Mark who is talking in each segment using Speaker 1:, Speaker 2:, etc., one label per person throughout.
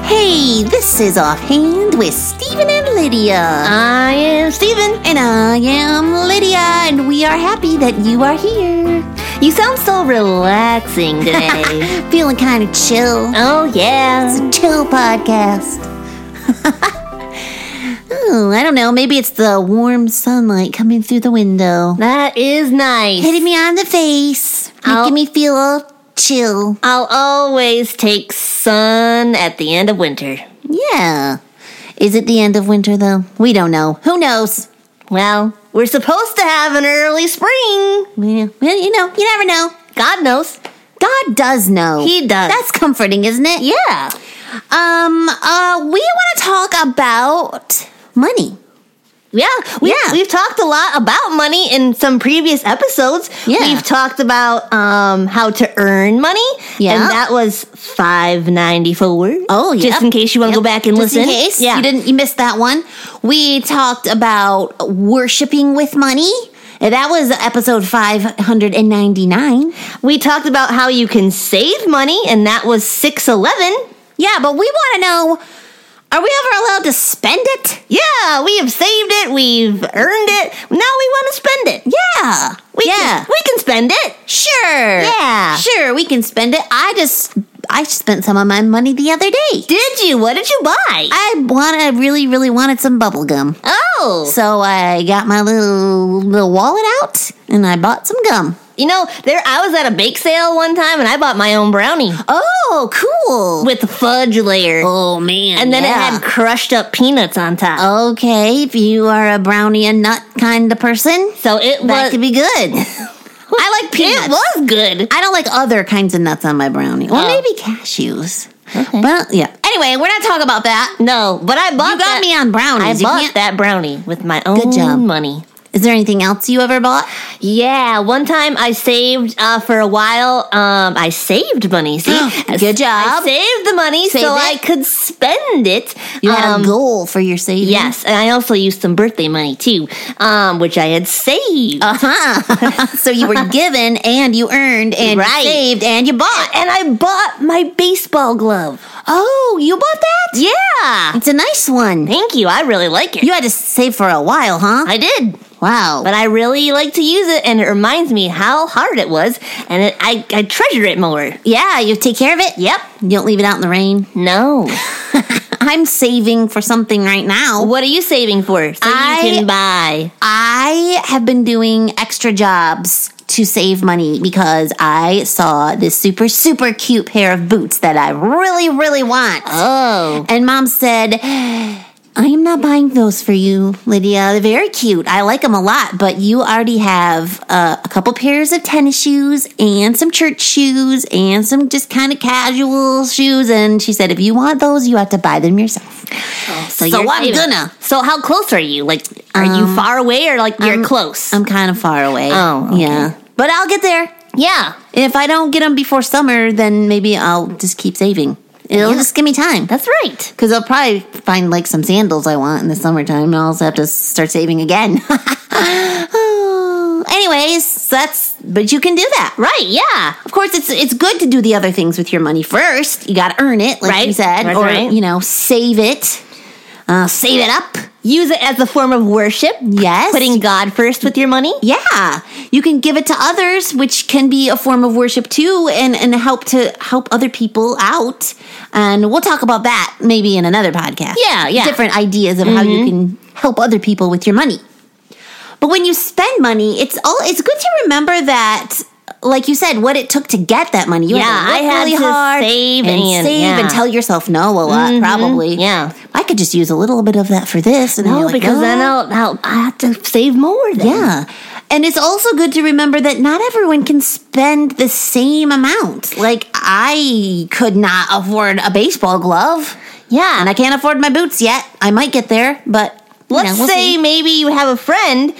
Speaker 1: Hey, this is Offhand with Stephen and Lydia.
Speaker 2: I am Steven.
Speaker 1: And I am Lydia, and we are happy that you are here.
Speaker 2: You sound so relaxing today.
Speaker 1: Feeling kind of chill.
Speaker 2: oh, yeah.
Speaker 1: Chill podcast. oh, I don't know. Maybe it's the warm sunlight coming through the window,
Speaker 2: That is nice.
Speaker 1: hitting me on the face, making
Speaker 2: I'll-
Speaker 1: me feel all chill.
Speaker 2: I'll always take sun at the end of winter.
Speaker 1: Yeah. Is it the end of winter, though? We don't know. Who knows?
Speaker 2: Well, we're supposed to have an early spring.
Speaker 1: We- Well, you know, you never know.
Speaker 2: God knows.
Speaker 1: God does know.
Speaker 2: He does.
Speaker 1: That's comforting, isn't it?
Speaker 2: yeah.
Speaker 1: Um, uh, we want to talk about money.
Speaker 2: Yeah, we,
Speaker 1: Yeah.
Speaker 2: we've talked a lot about money in some previous episodes.
Speaker 1: Yeah.
Speaker 2: We've talked about um, how to earn money.
Speaker 1: Yeah.
Speaker 2: And that was five ninety four.
Speaker 1: Oh,
Speaker 2: Just
Speaker 1: yep.
Speaker 2: in case you want to go back and
Speaker 1: Just
Speaker 2: listen.
Speaker 1: in case
Speaker 2: yeah.
Speaker 1: you didn't, you missed that one. We talked about worshiping with money. That was episode 599.
Speaker 2: We talked about how you can save money, and that was 611.
Speaker 1: Yeah, but we want to know, are we ever allowed to spend it?
Speaker 2: Yeah, we have saved it, we've earned it. Now we want to spend it.
Speaker 1: Yeah.
Speaker 2: We
Speaker 1: yeah.
Speaker 2: Can, we can spend it.
Speaker 1: sure.
Speaker 2: Yeah.
Speaker 1: Sure, we can spend it. I just, I spent some of my money the other day.
Speaker 2: Did you? What did you buy?
Speaker 1: I want, I really, really wanted some bubble gum.
Speaker 2: oh.
Speaker 1: So I got my little little wallet out and I bought some gum.
Speaker 2: You know, there I was at a bake sale one time and I bought my own brownie
Speaker 1: Oh, cool.
Speaker 2: with a fudge layer.
Speaker 1: Oh man.
Speaker 2: and then
Speaker 1: yeah. Oh,
Speaker 2: it had crushed up peanuts on top.
Speaker 1: Okay, if you are a brownie and nut kind of person,
Speaker 2: So it
Speaker 1: that
Speaker 2: was
Speaker 1: could be good. I like peanuts.
Speaker 2: it was good.
Speaker 1: I don't like other kinds of nuts on my brownie. Well,
Speaker 2: Oh.
Speaker 1: maybe cashews.
Speaker 2: Okay.
Speaker 1: But yeah. Anyway, we're not talking about that.
Speaker 2: No, but I bought
Speaker 1: You got
Speaker 2: that.
Speaker 1: me on
Speaker 2: I
Speaker 1: brownies. You
Speaker 2: bought
Speaker 1: can't-
Speaker 2: that brownie with my own
Speaker 1: job.
Speaker 2: money.
Speaker 1: Is there anything else you ever bought?
Speaker 2: Yeah, one time I saved uh, for a while. Um, I saved money. See,
Speaker 1: Good job.
Speaker 2: I saved the money
Speaker 1: Saved
Speaker 2: so
Speaker 1: it.
Speaker 2: I could spend it.
Speaker 1: You had
Speaker 2: Um,
Speaker 1: a goal for your savings.
Speaker 2: Yes, and I also used some birthday money too, um, which I had saved.
Speaker 1: Uh-huh. so you were given and you earned and
Speaker 2: Right.
Speaker 1: you saved and you bought.
Speaker 2: and I bought my baseball glove.
Speaker 1: Oh, you bought that?
Speaker 2: Yeah,
Speaker 1: It's a nice one.
Speaker 2: thank you. I really like it.
Speaker 1: You had to save for a while, huh?
Speaker 2: I did.
Speaker 1: wow.
Speaker 2: But I really like to use it, and it reminds me how hard it was, and it, I, I treasure it more.
Speaker 1: yeah, you take care of it.
Speaker 2: Yep.
Speaker 1: You don't leave it out in the rain.
Speaker 2: No.
Speaker 1: I'm saving for something right now.
Speaker 2: what are you saving for? So
Speaker 1: I-
Speaker 2: you can buy.
Speaker 1: I have been doing extra jobs to save money because I saw this super, super cute pair of boots that I really, really want.
Speaker 2: Oh.
Speaker 1: And mom said, I am not buying those for you, Lydia. They're very cute. I like them a lot, but you already have uh, a couple pairs of tennis shoes and some church shoes and some just kind of casual shoes. And she said, if you want those, you have to buy them yourself.
Speaker 2: So, Um,
Speaker 1: So
Speaker 2: you're
Speaker 1: I'm
Speaker 2: saving.
Speaker 1: gonna.
Speaker 2: So how close are you? Like, are you far away or like you're close?
Speaker 1: I'm kind of far away.
Speaker 2: Oh, okay.
Speaker 1: yeah. But I'll get there.
Speaker 2: yeah.
Speaker 1: If I don't get them before summer, then maybe I'll just keep saving. It'll
Speaker 2: Yeah.
Speaker 1: just give me time.
Speaker 2: That's right.
Speaker 1: Because I'll probably find like some sandals I want in the summertime, and I'll also have to start saving again. Oh, Anyways, so that's but you can do that, right?
Speaker 2: Right. Yeah.
Speaker 1: Of course, it's it's good to do the other things with your money first. You got to earn it, like
Speaker 2: Right.
Speaker 1: you said,
Speaker 2: That's
Speaker 1: or
Speaker 2: right.
Speaker 1: you know, save it, uh, save it up.
Speaker 2: Use it as a form of worship.
Speaker 1: Yes,
Speaker 2: Putting God first with your money.
Speaker 1: yeah, you can give it to others, which can be a form of worship too, and and help to help other people out. And we'll talk about that maybe in another podcast.
Speaker 2: Yeah, yeah. Mm-hmm.
Speaker 1: Different ideas of how you can help other people with your money. But when you spend money, it's all it's good to remember that. Like you said, what it took to get that money. You
Speaker 2: Yeah,
Speaker 1: had to work
Speaker 2: I had
Speaker 1: really
Speaker 2: to
Speaker 1: hard
Speaker 2: save
Speaker 1: and,
Speaker 2: and-
Speaker 1: save
Speaker 2: yeah. Mm-hmm.
Speaker 1: and tell yourself no a lot, probably.
Speaker 2: Yeah.
Speaker 1: I could just use a little bit of that for this. And then
Speaker 2: No,
Speaker 1: you're like,
Speaker 2: because then
Speaker 1: "Oh."
Speaker 2: I'll, I'll I have to save more. Then.
Speaker 1: Yeah. And it's also good to remember that not everyone can spend the same amount. Like, I could not afford a baseball glove,
Speaker 2: Yeah.
Speaker 1: and I can't afford my boots yet. I might get there, but you
Speaker 2: Let's
Speaker 1: know, we'll
Speaker 2: say
Speaker 1: see.
Speaker 2: maybe you have a friend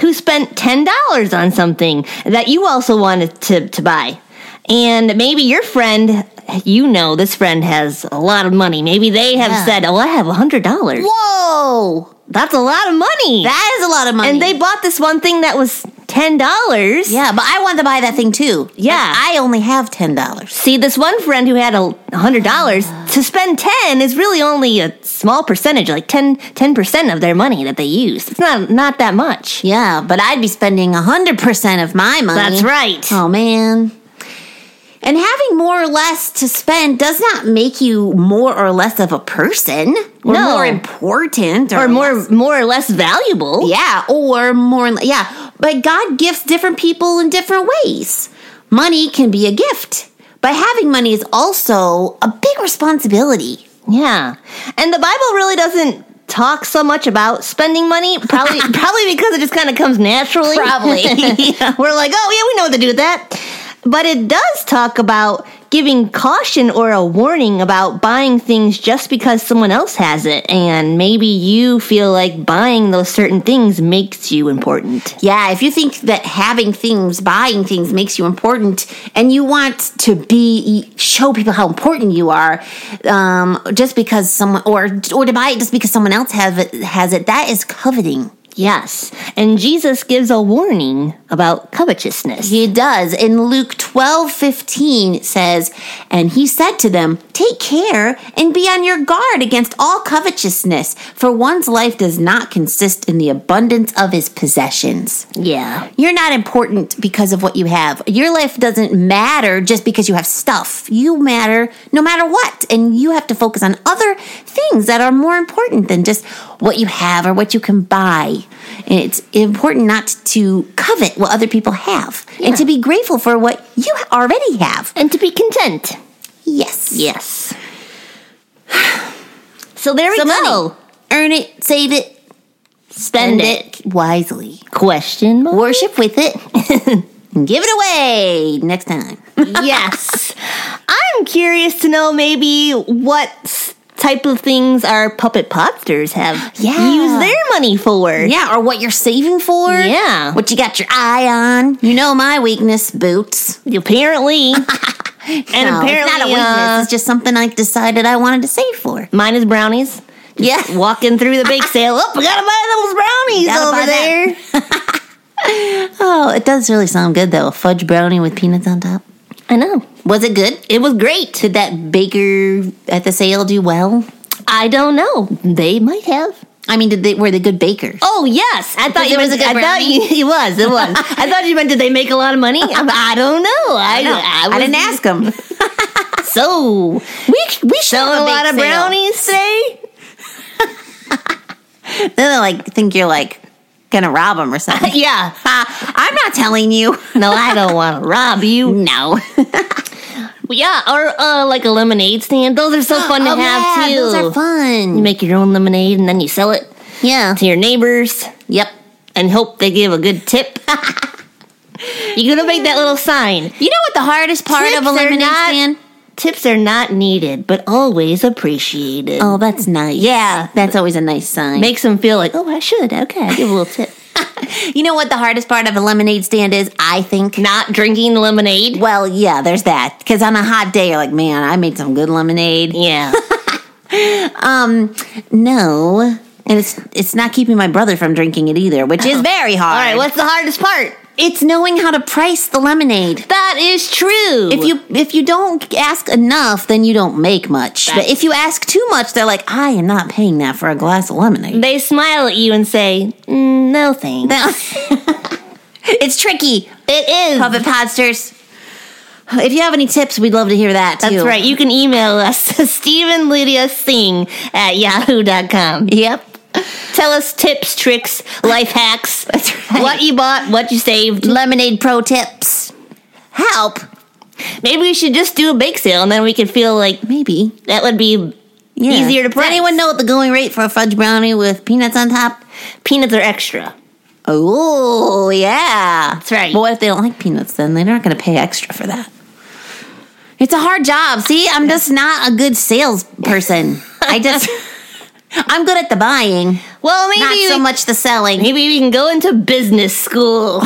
Speaker 2: who spent ten dollars on something that you also wanted to, to buy. And maybe your friend you know this friend has a lot of money. Maybe they have
Speaker 1: Yeah.
Speaker 2: said, Oh, I have a hundred dollars.
Speaker 1: Whoa!
Speaker 2: That's a lot of money.
Speaker 1: That is a lot of money.
Speaker 2: and they bought this one thing that was ten dollars.
Speaker 1: yeah, but I want to buy that thing too.
Speaker 2: Yeah.
Speaker 1: Like, I only have ten dollars.
Speaker 2: See, this one friend who had a hundred dollars to spend ten is really only a small percentage, like 10 percent of their money that they used. It's not not that much.
Speaker 1: Yeah, but I'd be spending hundred percent of my money.
Speaker 2: That's right.
Speaker 1: Oh man. And having more or less to spend does not make you more or less of a person, or
Speaker 2: No.
Speaker 1: more important,
Speaker 2: or more
Speaker 1: less-
Speaker 2: more or less valuable.
Speaker 1: yeah, or more, yeah. But God gifts different people in different ways. Money can be a gift, but having money is also a big responsibility.
Speaker 2: Yeah. And the Bible really doesn't talk so much about spending money, probably probably because it just kind of comes naturally.
Speaker 1: Probably.
Speaker 2: We're like, "Oh, yeah, we know what to do with that." But it does talk about giving caution or a warning about buying things just because someone else has it and maybe you feel like buying those certain things makes you important.
Speaker 1: Yeah, if you think that having things, buying things makes you important, and you want to be show people how important you are, um, just because someone or or to buy it just because someone else have it, has it, that is coveting.
Speaker 2: Yes. And Jesus gives a warning about covetousness.
Speaker 1: He does in Luke twelve fifteen it says, and he said to them, "Take care and be on your guard against all covetousness, for one's life does not consist in the abundance of his possessions."
Speaker 2: Yeah.
Speaker 1: You're not important because of what you have. Your life doesn't matter just because you have stuff. You matter no matter what. And you have to focus on other things that are more important than just what you have or what you can buy. And it's important not to covet what other people have and to be grateful for what you already have.
Speaker 2: And to be content.
Speaker 1: Yes.
Speaker 2: Yes. So there we
Speaker 1: So money.
Speaker 2: go.
Speaker 1: Earn it, save it,
Speaker 2: Spend it.
Speaker 1: wisely.
Speaker 2: Question mark?
Speaker 1: Worship with it. and give it away next time.
Speaker 2: yes. I'm curious to know maybe what s- type of things our puppet popsters have
Speaker 1: Yeah.
Speaker 2: used their money for.
Speaker 1: Yeah, or what you're saving for.
Speaker 2: Yeah.
Speaker 1: What you got your eye on. You know my weakness, boots.
Speaker 2: Apparently. and
Speaker 1: No,
Speaker 2: apparently,
Speaker 1: it's not a weakness.
Speaker 2: uh,
Speaker 1: it's just something I decided I wanted to save for.
Speaker 2: mine is brownies.
Speaker 1: Yeah.
Speaker 2: Walking through the bake sale. Oh, we gotta
Speaker 1: Gotta buy
Speaker 2: buy those brownies over there.
Speaker 1: Oh, it does really sound good though. A fudge brownie with peanuts on top.
Speaker 2: I know.
Speaker 1: Was it good?
Speaker 2: It was great.
Speaker 1: Did that baker at the sale do well?
Speaker 2: I don't know. They might have.
Speaker 1: I mean, did they were they good bakers?
Speaker 2: Oh yes, I thought
Speaker 1: Because
Speaker 2: you
Speaker 1: it was
Speaker 2: meant.
Speaker 1: a
Speaker 2: I
Speaker 1: good
Speaker 2: thought you, it was. It was. I thought you meant. Did they make a lot of money? I'm- I, don't know. I
Speaker 1: No,
Speaker 2: I,
Speaker 1: I,
Speaker 2: was-
Speaker 1: didn't ask them.
Speaker 2: So we we selling
Speaker 1: have
Speaker 2: a,
Speaker 1: a bake
Speaker 2: lot of
Speaker 1: sale.
Speaker 2: brownies today.
Speaker 1: then they like think you're like gonna rob them or something.
Speaker 2: yeah.
Speaker 1: Ah, I'm not telling you.
Speaker 2: No, I don't want to rob you.
Speaker 1: No.
Speaker 2: Yeah, or uh, like a lemonade stand. Those are so fun to
Speaker 1: Oh, yeah,
Speaker 2: have too.
Speaker 1: Those are
Speaker 2: You
Speaker 1: fun.
Speaker 2: make your own lemonade and then you sell it
Speaker 1: Yeah.
Speaker 2: to your neighbors
Speaker 1: Yep.
Speaker 2: and hope they give a good tip. You're gonna make that little sign.
Speaker 1: You know what the hardest part
Speaker 2: Tips
Speaker 1: of a
Speaker 2: are
Speaker 1: lemonade
Speaker 2: not-
Speaker 1: stand?
Speaker 2: Tips are not needed, but always appreciated.
Speaker 1: Oh, that's nice.
Speaker 2: Yeah.
Speaker 1: That's always a nice sign.
Speaker 2: makes them feel like, oh, I should. Okay, I give a little tip.
Speaker 1: you know what the hardest part of a lemonade stand is? I think.
Speaker 2: Not drinking lemonade.
Speaker 1: Well, yeah, there's that. Because on a hot day, you're like, man, I made some good lemonade.
Speaker 2: Yeah.
Speaker 1: Um, no. And it's it's not keeping my brother from drinking it either, which is very hard.
Speaker 2: All right. What's the hardest part?
Speaker 1: It's knowing how to price the lemonade.
Speaker 2: That is true.
Speaker 1: If you if you don't ask enough, then you don't make much. but
Speaker 2: That's-
Speaker 1: if you ask too much, they're like, I am not paying that for a glass of lemonade.
Speaker 2: they smile at you and say, "Mm, no thanks.
Speaker 1: it's tricky.
Speaker 2: it is.
Speaker 1: Puppet Podsters. If you have any tips, we'd love to hear that too.
Speaker 2: That's right. You can email us, Stephen Lydia Singh at yahoo.com.
Speaker 1: Yep.
Speaker 2: Tell us tips, tricks, life hacks,
Speaker 1: That's right.
Speaker 2: what you bought, what you saved.
Speaker 1: Lemonade pro tips. Help.
Speaker 2: Maybe we should just do a bake sale and then we could feel like
Speaker 1: Maybe.
Speaker 2: that would be
Speaker 1: Yeah.
Speaker 2: easier to
Speaker 1: Does
Speaker 2: price.
Speaker 1: anyone know what the going rate for a fudge brownie with peanuts on top?
Speaker 2: Peanuts are extra.
Speaker 1: Oh, yeah. That's
Speaker 2: right.
Speaker 1: But what if they don't like peanuts then? They're not going to pay extra for that. It's a hard job. See, I'm just not a good salesperson. I just, I'm good at the buying,
Speaker 2: Well, maybe
Speaker 1: not
Speaker 2: we
Speaker 1: so much the selling.
Speaker 2: Maybe we can go into business school.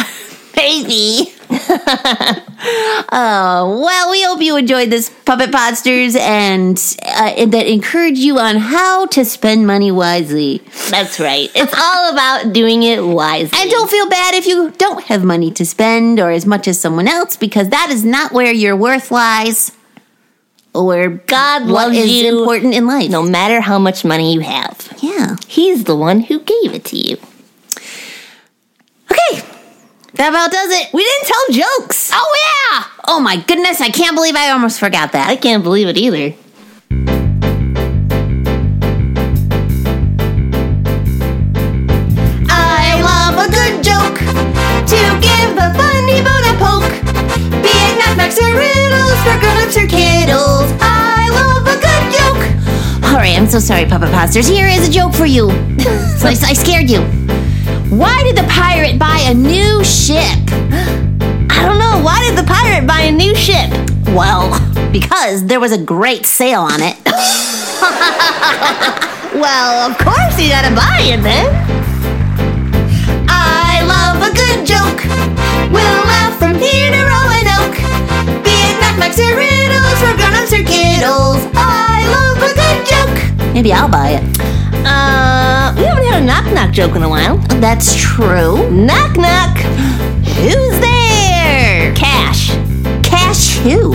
Speaker 1: Maybe. Uh, well, we hope you enjoyed this Puppet Podsters and, uh, and that encourage you on how to spend money wisely.
Speaker 2: That's right. It's all about doing it wisely.
Speaker 1: And don't feel bad if you don't have money to spend or as much as someone else because that is not where your worth lies or
Speaker 2: God
Speaker 1: what
Speaker 2: loves
Speaker 1: is
Speaker 2: you
Speaker 1: important in life.
Speaker 2: no matter how much money you have.
Speaker 1: Yeah.
Speaker 2: He's the one who gave it to you.
Speaker 1: Okay. That about does it.
Speaker 2: We didn't tell jokes.
Speaker 1: Oh, yeah. Oh, my goodness. I can't believe I almost forgot that.
Speaker 2: I can't believe it either.
Speaker 1: I love a good joke to give a funny bone a poke. Be it knockbacks or riddles for grown-ups or kiddles. I love a good joke. All right, I'm so sorry, Papa Posters. Here is a joke for you. so I, I scared you. Why did the pirate buy a new ship?
Speaker 2: I don't know. Why did the pirate buy a new ship?
Speaker 1: Well, because there was a great sale on it.
Speaker 2: Well, of course he had to buy it then.
Speaker 1: I love a good joke. We'll laugh from here to Roanoke. Be it knockbacks or riddles for grown-ups or kiddles. I love a good joke. Maybe I'll buy it.
Speaker 2: Uh, we haven't had a knock knock joke in a while.
Speaker 1: That's true.
Speaker 2: Knock knock. Who's there? Cash.
Speaker 1: Cash who?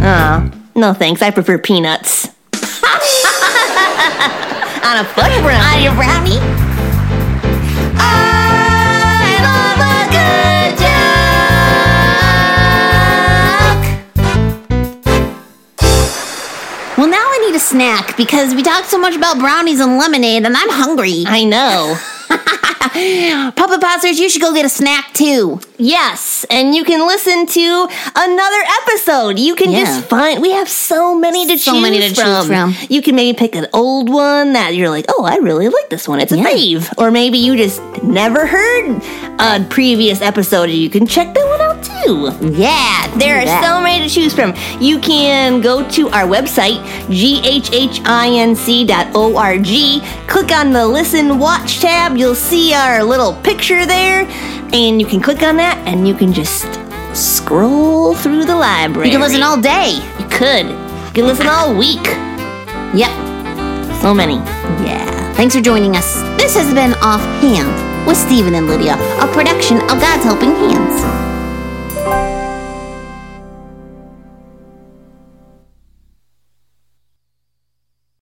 Speaker 2: Oh, no thanks. I prefer peanuts. On a fudge brownie.
Speaker 1: you brownie? I love a good joke. Well, now I need a snack because we talked so much about brownies and lemonade, and I'm hungry.
Speaker 2: I know.
Speaker 1: Puppet Posters, you should go get a snack too.
Speaker 2: Yes, and you can listen to another episode. You can
Speaker 1: Yeah.
Speaker 2: just find we have so many to
Speaker 1: So
Speaker 2: choose
Speaker 1: many to choose from.
Speaker 2: You can maybe pick an old one that you're like, oh, I really like this one. It's a
Speaker 1: Yeah.
Speaker 2: fave, or maybe you just never heard a previous episode. You can check that one out too.
Speaker 1: Yeah,
Speaker 2: There are
Speaker 1: so.
Speaker 2: so many to choose from. You can go to our website, ghhinc.org. Click on the Listen Watch tab. You'll see our little picture there. And you can click on that and you can just scroll through the library.
Speaker 1: You can listen all day.
Speaker 2: You could. You can listen all week.
Speaker 1: Yep.
Speaker 2: So many.
Speaker 1: Yeah. Thanks for joining us. This has been Offhand with Stephen and Lydia, a production of God's Helping Hands.